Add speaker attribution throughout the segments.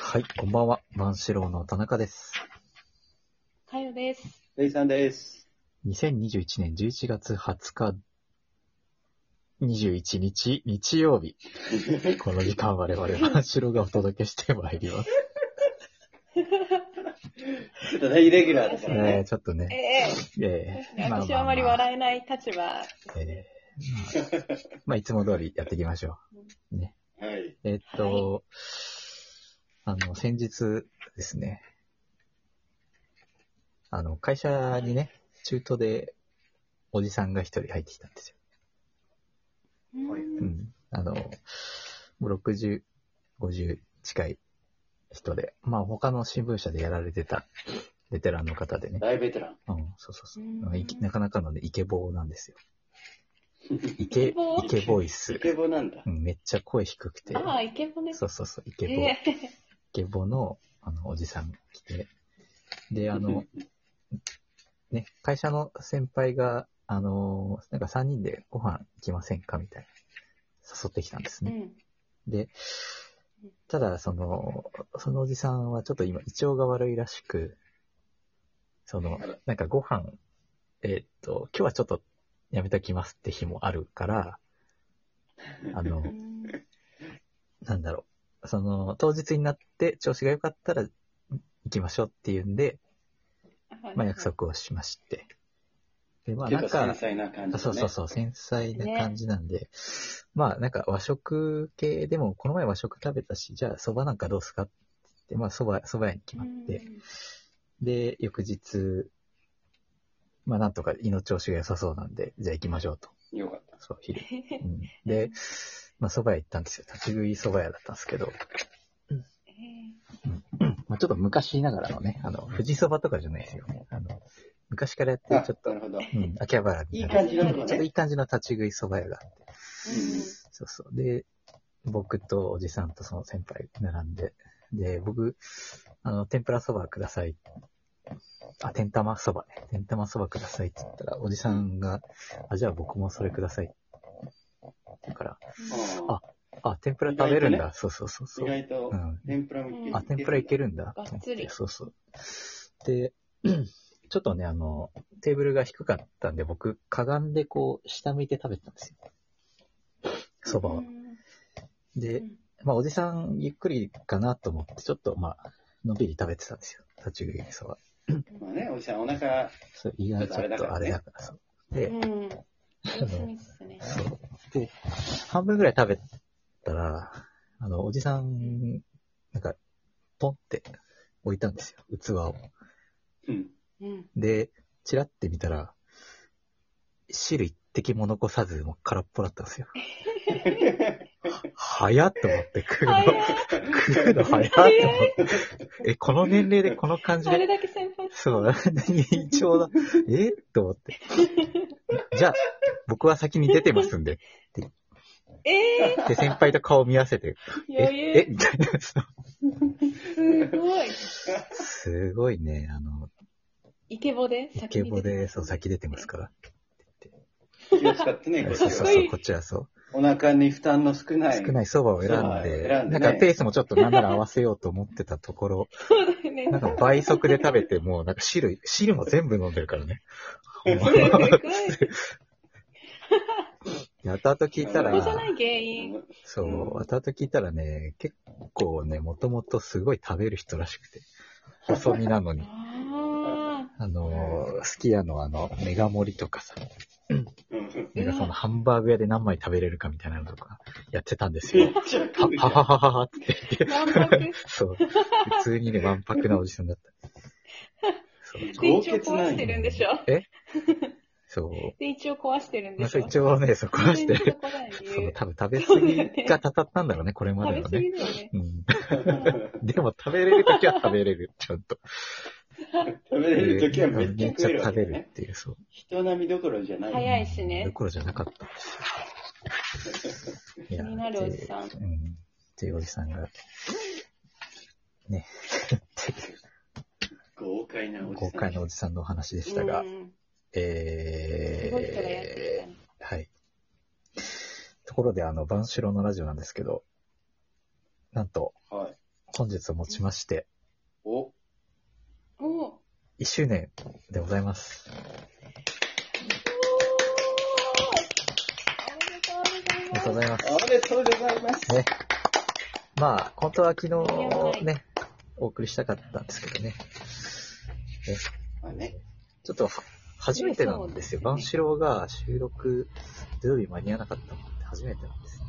Speaker 1: はい、こんばんは。万志郎の田中です。
Speaker 2: かよです。
Speaker 3: レイさんです。
Speaker 1: 2021年11月20日、21日、日曜日。この時間我々万志郎がお届けしてまいります。
Speaker 3: ちょっとね、イレギュラーですから
Speaker 1: ねえ
Speaker 3: ね。
Speaker 1: ちょっと
Speaker 2: え
Speaker 1: ね。
Speaker 2: え
Speaker 1: ええまあ
Speaker 2: 私はあまり笑えない立場。
Speaker 1: ええまあまあ、いつも通りやっていきましょう。ね。
Speaker 3: はい。
Speaker 1: えっと、あの、先日ですね、あの、会社にね、中途でおじさんが一人入ってきたんですよ。。
Speaker 2: うん
Speaker 3: はいううん
Speaker 1: あの、もう60、50近い人で、まあ他の新聞社でやられてたベテランの方でね、
Speaker 3: 大ベテラン。
Speaker 1: うん、そうそうそう
Speaker 2: うん
Speaker 1: まあいき。なかなかのね、イケボーなんですよ。イケ、イ
Speaker 2: イケボー
Speaker 1: ケボイス
Speaker 3: イ。ケボなんだ
Speaker 1: う。ん、めっちゃ声低くて、
Speaker 2: ああ、イケボね。
Speaker 1: そうそうそう、イケボー。
Speaker 2: ええ
Speaker 1: イケボの、あの、おじさんが来て、で、あの、ね、会社の先輩が、あの、なんか3人でご飯行きませんかみたいな、誘ってきたんです
Speaker 2: う
Speaker 1: ね。
Speaker 2: ん。
Speaker 1: で、ただ、その、そのおじさんはちょっと今、胃腸が悪いらしく、その
Speaker 3: あら、
Speaker 1: なんかご飯、えーっと、今日はちょっとやめときますって日もあるから、あ の
Speaker 2: う、ん
Speaker 1: なんだろう、その、当日になって調子が良かったら行きましょうっていうんで、まあ約。束をしまして。で、まあなん
Speaker 3: 結構
Speaker 1: か
Speaker 3: 繊、細な感じ、ね。
Speaker 1: そうそうそう、繊細な感じなんで、まあなんか和食系でも、この前和食食べたし、じゃあ蕎麦なんかどうすかって言って、まあ蕎麦、蕎麦屋に決まって、で、翌日、まあなんとか胃の調子が良さそうなんで、じゃあ行きましょうと。
Speaker 3: よかった。
Speaker 1: そう、昼。
Speaker 2: うん
Speaker 1: うん、で、まあ蕎麦屋行ったんですよ。立ち食い蕎麦屋だったんですけど、
Speaker 2: ええ
Speaker 1: まあ、ちょっと昔ながらのね、あの、富士そばとかじゃないですよ。あの、昔からやってる
Speaker 3: あ
Speaker 1: ちょっ
Speaker 3: な
Speaker 1: と、
Speaker 3: るほど。
Speaker 1: うん、秋葉原に
Speaker 3: い
Speaker 1: ないる
Speaker 3: 感じのとこ
Speaker 1: ちょっとい
Speaker 3: ね。
Speaker 1: い感じの立ち食いそば屋があって。そうそう。で、僕とおじさんとその先輩並んで、で、僕、あの、天ぷらそばください。あ、天玉そばね。天玉そばくださいって言ったら、おじさんが、あ、じゃあ僕もそれください。だから、
Speaker 3: うん
Speaker 1: ああ、天ぷら食べるん
Speaker 3: 意
Speaker 1: だ。
Speaker 3: 外
Speaker 1: そうそうそうそ
Speaker 3: 意
Speaker 1: う。
Speaker 3: 外と
Speaker 1: う、ん、
Speaker 3: 天ぷらもいける、
Speaker 1: あ、天ぷらいけるんだ。
Speaker 2: がっつり
Speaker 1: そうそう。で、 ちょっとね、あの、テーブルが低かったんで、僕、かがんでこう、下向いて食べてたんですよ。そば
Speaker 2: う
Speaker 1: は。
Speaker 2: ん
Speaker 1: で、まあ、おじさん、ゆっくりかなと思って、ちょっと、まあ、のんびり食べてたんですよ。立ち食いそば。
Speaker 3: まあね、おじさんお腹、
Speaker 1: そう、意外とちょっとあれだからそう。で、
Speaker 2: うん。
Speaker 1: あ
Speaker 2: 様子
Speaker 1: の
Speaker 2: 見っすね。
Speaker 1: そう。で、半分ぐらい食べたら、あの、おじさん、なんか、ポンって置いたんですよ。器を。
Speaker 3: うん。
Speaker 2: うん。
Speaker 1: で、チラって見たら、汁一滴も残さず、もう空っぽだったんですよ。早っと思って食うの
Speaker 2: あ。
Speaker 1: 食うの早っと思って。え、この年齢でこの感じ
Speaker 2: あ
Speaker 1: で。
Speaker 2: れだけ先輩。
Speaker 1: そう、 胃腸だ。えと思って。じゃあ、僕は先に出てますんで。
Speaker 2: ええ
Speaker 1: で、先輩と顔見合わせて。え、
Speaker 2: 余
Speaker 1: え
Speaker 2: 裕。
Speaker 1: みたいな。そう
Speaker 2: すごい。
Speaker 1: すごいね、あの、
Speaker 2: イケボで
Speaker 1: イ
Speaker 2: 先
Speaker 1: ケ
Speaker 2: に
Speaker 1: ボ
Speaker 2: 出て
Speaker 1: で、そう、先出てますから。
Speaker 3: 気を使ってね、こ
Speaker 1: そう
Speaker 3: っ
Speaker 1: そうそ、
Speaker 3: ちは
Speaker 2: かっこいうい
Speaker 1: こっちはそう。
Speaker 3: お腹に負担の少ない。
Speaker 1: 少ない蕎麦を選ん
Speaker 3: そう
Speaker 1: で、
Speaker 3: 選ん
Speaker 1: な
Speaker 3: でね
Speaker 1: んかペースもちょっとなんなら合わせようと思ってたところ、
Speaker 2: そうだよね。
Speaker 1: なんか倍速で食べて、もうなんか汁、汁も全部飲んでるから ね。で後々聞いた
Speaker 2: そ
Speaker 1: ら
Speaker 2: こ、じゃない原因。
Speaker 3: う
Speaker 1: そう、後々聞いたらね、結構ね、もともとすごい食べる人らしくて、細身なの に。
Speaker 2: あ
Speaker 1: あのー、すき家のあの、メガ盛りとかさ、
Speaker 3: ん。
Speaker 1: メガそのハンバーグ屋で何枚食べれるかみたいなのとか、やってたんです
Speaker 3: め
Speaker 1: よ
Speaker 3: っ。ちゃ食うじゃ
Speaker 1: はははははって言 って
Speaker 2: あ。。万博。
Speaker 1: そう。普通にね、わんぱくなおじさんだった。そう。
Speaker 2: で、一応壊してるんでしょ
Speaker 1: えそう。
Speaker 2: で、一応壊してるん
Speaker 1: ま
Speaker 2: で
Speaker 1: あ、
Speaker 2: しょ
Speaker 1: そう一応ね、そこはして、
Speaker 2: そこだよね
Speaker 1: そう、多分食べ過ぎがたたったんだろうね、これまでの
Speaker 2: 食べ
Speaker 1: ね。
Speaker 2: 過ぎだよね。
Speaker 1: うん、
Speaker 3: ん。
Speaker 1: でも食べれるときは食べれる、ちゃんと。
Speaker 3: 食べれるときはめっちゃ食えるわ
Speaker 1: 食
Speaker 3: け
Speaker 1: べ
Speaker 3: だ
Speaker 1: る
Speaker 3: ね。
Speaker 1: っていう、そう。
Speaker 3: 人並みどころじゃない。
Speaker 2: 早いしね
Speaker 1: どころじゃなかったんですよ。いや
Speaker 2: 気になるおじさん
Speaker 1: っていううん。っていうおじさんが、ね、っていう
Speaker 3: 豪快なおじさん。
Speaker 1: 豪快なおじさんのお話でしたが、
Speaker 2: うん
Speaker 1: え
Speaker 2: すごい人がやっ
Speaker 1: ー
Speaker 2: て、
Speaker 1: はい。ところで、あの、万代のラジオなんですけど、なんと、
Speaker 3: はい。
Speaker 1: 本日をもちまして、
Speaker 3: お、
Speaker 2: おー
Speaker 1: 1周年でございます。
Speaker 2: お
Speaker 1: ありがとうご
Speaker 2: い
Speaker 1: ざいます。
Speaker 3: ありがとうございます。
Speaker 1: ね。まあ、本当は昨
Speaker 2: は
Speaker 1: 日
Speaker 2: い
Speaker 1: ね、お送りしたかったんですけどね。
Speaker 3: まあね、
Speaker 1: ちょっとは、初めてなんですよ。
Speaker 2: そう
Speaker 1: 万
Speaker 2: です
Speaker 1: 四郎が収録、土曜日間に合わなかったのって初めてなんです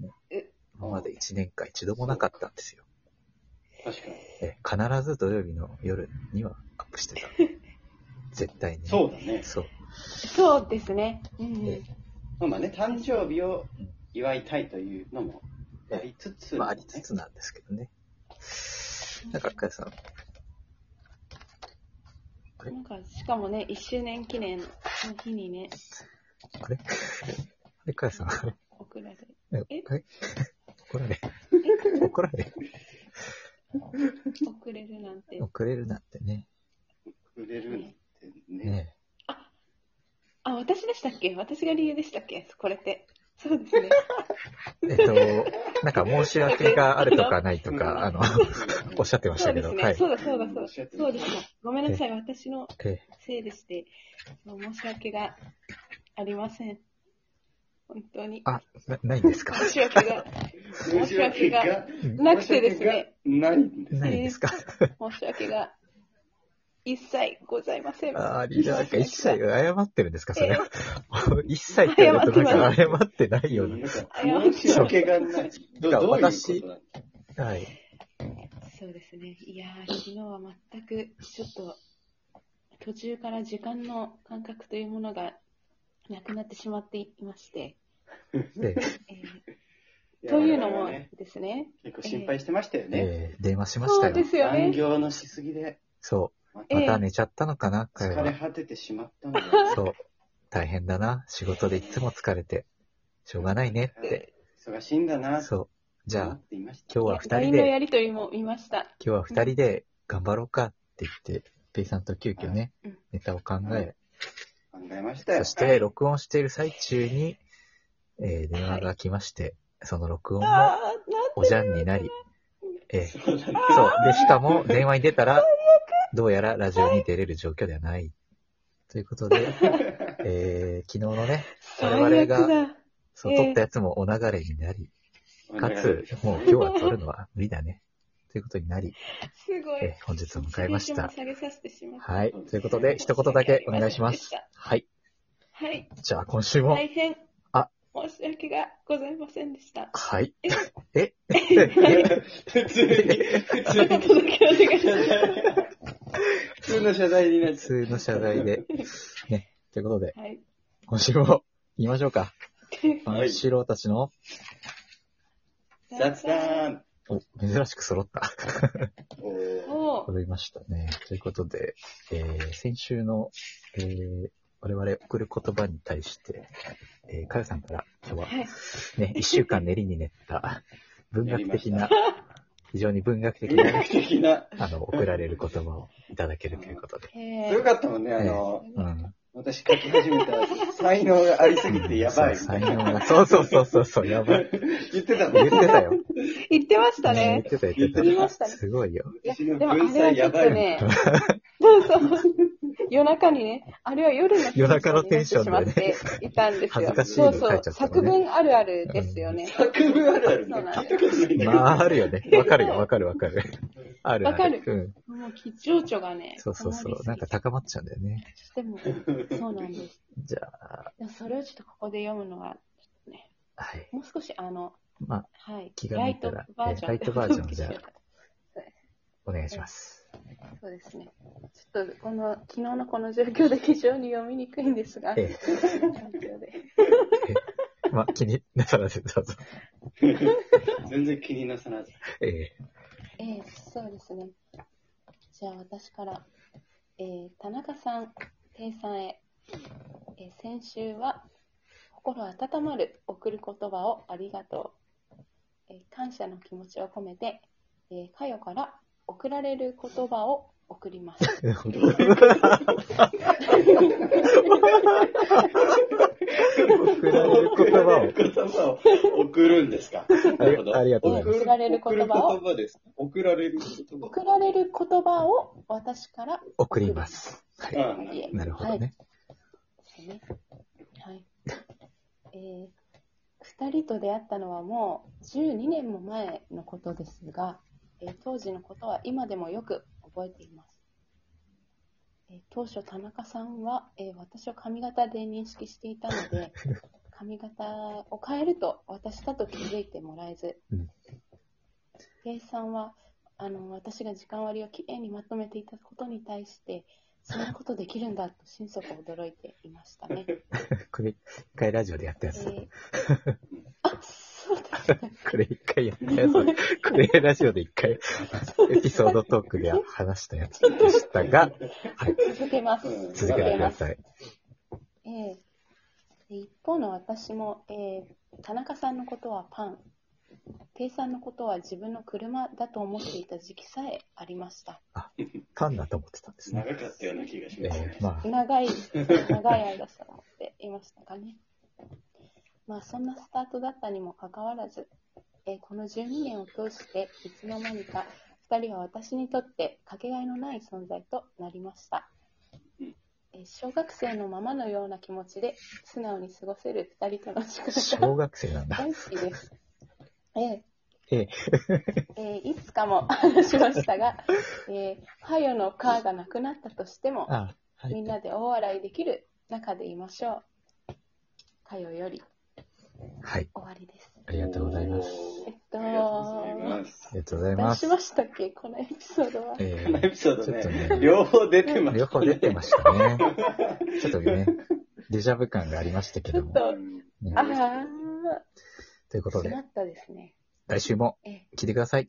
Speaker 1: よ。ね
Speaker 2: え、
Speaker 1: 今まで1年間一度もなかったんですよ。
Speaker 3: 確かに。
Speaker 1: え必ず土曜日の夜にはアップしてた。絶対に。
Speaker 3: そうだね。
Speaker 1: そう。
Speaker 2: ます。そうですね。うんうん
Speaker 1: え
Speaker 3: まあまあね、誕生日を祝いたいというのもありつつ、
Speaker 1: まあ、ありつつなんですけどね。なんか、かやさん、
Speaker 2: なんか、しかもね、1周年記念の日にね、
Speaker 1: あれあれ、かやさん、あれ
Speaker 2: 送られる。
Speaker 1: えあれ 怒られ。怒られ。
Speaker 2: 送れるなんて。
Speaker 1: 遅れるなんてね。
Speaker 3: 売れるなんてね。
Speaker 1: ね
Speaker 2: あ、私でしたっけ私が理由でしたっけこれって。そうで すね。
Speaker 1: えっと、なんか申し訳があるとかないとか、あ の、おっしゃってまし
Speaker 2: そ
Speaker 1: た
Speaker 2: う
Speaker 1: け
Speaker 2: で
Speaker 1: ど、
Speaker 2: す
Speaker 1: は
Speaker 2: ね。
Speaker 1: い。
Speaker 2: そうだそうだそうだ。そうですね。ごめんなさい。私の
Speaker 1: え
Speaker 2: せいでして、申し訳がありません。本当に。
Speaker 1: あ、な、ないんですか
Speaker 2: 申し訳が、
Speaker 3: 申し訳が
Speaker 2: なくてですね。
Speaker 3: 申し訳がないんです。
Speaker 1: ないんですか
Speaker 2: 申し訳が一切ございません。
Speaker 1: ああ、リーダーなんか一切謝ってるんですかそれは。一切って言われるとなんか謝ってないよう
Speaker 3: なんか
Speaker 2: 謝って
Speaker 3: 申し訳がない。ど
Speaker 1: なんか
Speaker 3: どういうことなん
Speaker 1: 私な。はい。
Speaker 2: そうですね。いやー、昨日は全く、ちょっと、途中から時間の感覚というものがなくなってしまっていまして、
Speaker 1: で、
Speaker 2: えー
Speaker 3: いや
Speaker 2: というの
Speaker 3: 我々
Speaker 2: も
Speaker 3: はね
Speaker 2: ですね、
Speaker 3: 結構心配してましたよね。
Speaker 1: えー電話しまし
Speaker 2: そ
Speaker 1: た
Speaker 2: うで
Speaker 1: よ。
Speaker 2: すよね。
Speaker 3: 残業のしすぎで、
Speaker 1: そ
Speaker 3: ま
Speaker 1: う。
Speaker 2: え
Speaker 3: た
Speaker 1: また寝ちゃったのかな、かよ
Speaker 3: 疲れ
Speaker 1: は。
Speaker 3: 果ててしまったんだよね。
Speaker 1: そう。大変だな。仕事でいつも疲れて。しょうがないねって。
Speaker 3: 忙しいんだな、と
Speaker 1: そう。じゃ
Speaker 3: 思
Speaker 1: あ
Speaker 3: っ、ていました。
Speaker 1: 今日は二
Speaker 2: ライ
Speaker 1: 人
Speaker 2: ンの
Speaker 1: で
Speaker 2: やりとりも見ました。
Speaker 1: 今日は二人で頑張ろうかって言って、ペイさんと急遽ね
Speaker 2: うん、
Speaker 1: ネタを考え、
Speaker 3: 考えましたよ
Speaker 1: そ。して録音している最中に、えー電話が来まして、その録音も
Speaker 2: ああ、なん
Speaker 1: おじゃんになり、えー
Speaker 3: そうだね。
Speaker 1: そう。で、しかも電話に出たら、どうやらラジオに出れる状況ではない。ということで、えー昨日のね、我々
Speaker 2: 最悪
Speaker 1: が
Speaker 2: だ。
Speaker 1: そう、
Speaker 2: ええ
Speaker 1: 撮ったやつもお流れになり、かつ、もう今日は撮るのは無理だね。ということになり、
Speaker 2: すごい。
Speaker 1: えー本日を迎えまし
Speaker 2: モ
Speaker 1: た
Speaker 2: チ。ベーションを下げさせてしまった
Speaker 1: はい。ということで、一言だけお願いします。はい。
Speaker 2: はい。
Speaker 1: じゃあ、今週も。
Speaker 2: 大変。
Speaker 1: あ
Speaker 2: 申し訳がございませんでした。
Speaker 1: はい。
Speaker 2: え
Speaker 1: え
Speaker 3: 普通に、普通
Speaker 2: お
Speaker 3: に
Speaker 2: 届けお願いし
Speaker 3: 謝
Speaker 2: ま
Speaker 3: 罪。普通の謝罪になっ
Speaker 1: 普
Speaker 3: ちゃう。
Speaker 1: 通の謝罪で。ね。ということで、
Speaker 2: す。はい。
Speaker 1: 今週も言いましょうか。
Speaker 3: はい
Speaker 1: 万四郎たちの、
Speaker 3: 雑談
Speaker 1: お、珍しく揃った。
Speaker 3: おー
Speaker 2: おー
Speaker 1: 揃いましたね。ということで、えー、先週の、えー、我々送る言葉に対して、えー、かよさんから今日は
Speaker 2: はい。
Speaker 1: ね、一週間練りに練った、文学的な、非常に文学的
Speaker 3: 文
Speaker 1: なね、
Speaker 3: 学的な。
Speaker 1: あの、送られる言葉をいただけるということで。
Speaker 2: え
Speaker 3: すごかったもんね、あの、
Speaker 1: うん。
Speaker 3: 私書き始めた才能がありすぎてやばい。
Speaker 1: そう才能が。そうそうそうそうそう、やばい。
Speaker 3: 言ってた
Speaker 1: 言っ
Speaker 3: ね。
Speaker 1: てたよ。
Speaker 2: 言ってました
Speaker 1: 言っ
Speaker 2: ね。
Speaker 1: てた言ってた。
Speaker 2: 言いましたね
Speaker 1: すごいよ。
Speaker 3: 私の
Speaker 2: でもあれ
Speaker 3: 文
Speaker 2: は
Speaker 3: 才
Speaker 2: ちょ
Speaker 3: や
Speaker 2: っ
Speaker 3: ば
Speaker 2: と
Speaker 3: い。
Speaker 2: ね、そうそう。 夜中にね、あれは夜の
Speaker 1: 夜中のテンション
Speaker 2: になってしまっていたんですよ。
Speaker 1: 恥ず
Speaker 2: そ
Speaker 1: か
Speaker 2: う
Speaker 1: しい
Speaker 2: そ
Speaker 1: の書
Speaker 2: う
Speaker 1: いちゃ。った
Speaker 2: 作
Speaker 1: のね
Speaker 2: 文あるあるですよね。
Speaker 3: 作文あるあるね。
Speaker 2: そうなん
Speaker 3: 聞
Speaker 2: で
Speaker 3: い
Speaker 2: す
Speaker 3: たことないんだけ
Speaker 1: ま
Speaker 3: ど。
Speaker 1: あ、あるよね。わかるよ、わかるわかる。あるあ
Speaker 2: わかる
Speaker 1: うん。
Speaker 2: もう、緊張調がね、
Speaker 1: そうそうそう。なんか
Speaker 2: た
Speaker 1: 高まっちゃうんだよね。
Speaker 2: しても、そうなんです。
Speaker 1: じゃあ、
Speaker 2: でもそれをちょっとここで読むのは、
Speaker 1: はい。
Speaker 2: もう少しあの、
Speaker 1: まあ、
Speaker 2: はい
Speaker 1: 気、が
Speaker 2: ラ
Speaker 1: 向い
Speaker 2: イ
Speaker 1: た
Speaker 2: ト
Speaker 1: ら
Speaker 2: バージョン。
Speaker 1: えライトバージョンじゃあ
Speaker 2: お届けしようか
Speaker 1: お願いします。
Speaker 2: そうですね。ちょっと、この、昨日のこの状況で非常に読みにくいんですが、
Speaker 1: え
Speaker 2: 状況で
Speaker 1: え。まあ、気になさらずどうぞ。
Speaker 3: 全然気になさらず。
Speaker 1: え え。
Speaker 2: ええそうですね。じゃあ私から、えー田中さん、ていさんへ、えー先週は、心温まる送る言葉をありがとう。えー感謝の気持ちを込めて、えー、かよから送られる言葉を送ります。
Speaker 1: どういうこ送られる言葉を。
Speaker 3: 言葉を送るんですか。なるほど。
Speaker 1: ありがとうございます
Speaker 2: 送られる言葉を
Speaker 3: 送る言葉です。送られる 言葉。
Speaker 2: 送られる言葉を私から
Speaker 1: 送ります。は
Speaker 3: ああなる
Speaker 1: い。なるほどね。
Speaker 2: ですね。はい。えー二人と出会ったのはもう12年も前のことですが、えー当時のことは今でもよく覚えています。えー当初、田中さんは、えー私を髪型で認識していたの で、髪型を変えると私だと気づいてもらえず
Speaker 1: うん、
Speaker 2: 平、さんはあの私が時間割をきれいにまとめていたことに対して、そんなことできるんだと心底驚いていました ね。
Speaker 1: これ、一回ラジオでやったや
Speaker 2: え
Speaker 1: つ。
Speaker 2: ー、あそうですね。
Speaker 1: これ一回やったやつ。これラジオで一回、エピソードトークで話したやつでしたが、はい。
Speaker 2: 続けます
Speaker 3: うん。
Speaker 1: 続けてください。
Speaker 2: ええで一方の私も、ええ田中さんのことはパン、ペイさんのことは自分の車だと思っていた時期さえありました。
Speaker 1: パンだと思ってたんですね。
Speaker 3: 長かったような気がし
Speaker 1: え
Speaker 3: ます
Speaker 1: ー
Speaker 3: ね。
Speaker 1: まあ、
Speaker 2: 長い、長い間そう思っていましたかね。まあ、そんなスタートだったにもかかわらず、えーこの12年を通して、いつの間にか2人は私にとってかけがえのない存在となりました。
Speaker 3: うん
Speaker 2: えー小学生のままのような気持ちで素直に過ごせる2人との時間が
Speaker 1: 小学生なんだ。
Speaker 2: 大好きです。ええ
Speaker 1: ええ
Speaker 2: えーいつかも話しましたが、えー、ハヨのカーがなくなったとしても、
Speaker 1: あ、は
Speaker 2: み
Speaker 1: い。
Speaker 2: んなで大笑いできる中でいましょう。かよより
Speaker 1: はい。
Speaker 2: 終わりです。
Speaker 1: ありがとうございます。
Speaker 2: えっ
Speaker 3: あ
Speaker 2: と、
Speaker 3: りがとうございます
Speaker 1: あ。りがとうござい
Speaker 2: ど
Speaker 1: ま
Speaker 2: うし
Speaker 1: す。
Speaker 2: ましたっけこのエピソードは。
Speaker 1: え
Speaker 3: こ のエピソード
Speaker 1: ちょっ
Speaker 3: ね、
Speaker 1: とね
Speaker 3: 両方出てま
Speaker 1: ー、
Speaker 3: す。
Speaker 1: 両方出てましたね。ちょっとね、デジャブ感がありましたけ
Speaker 2: ち
Speaker 1: ど
Speaker 2: ょっ
Speaker 1: も。
Speaker 2: と、
Speaker 1: ね
Speaker 2: ああ、
Speaker 1: ということ
Speaker 2: し
Speaker 1: で
Speaker 2: ま、ったですね。
Speaker 1: 来週も
Speaker 2: ええ
Speaker 1: 聞いてください。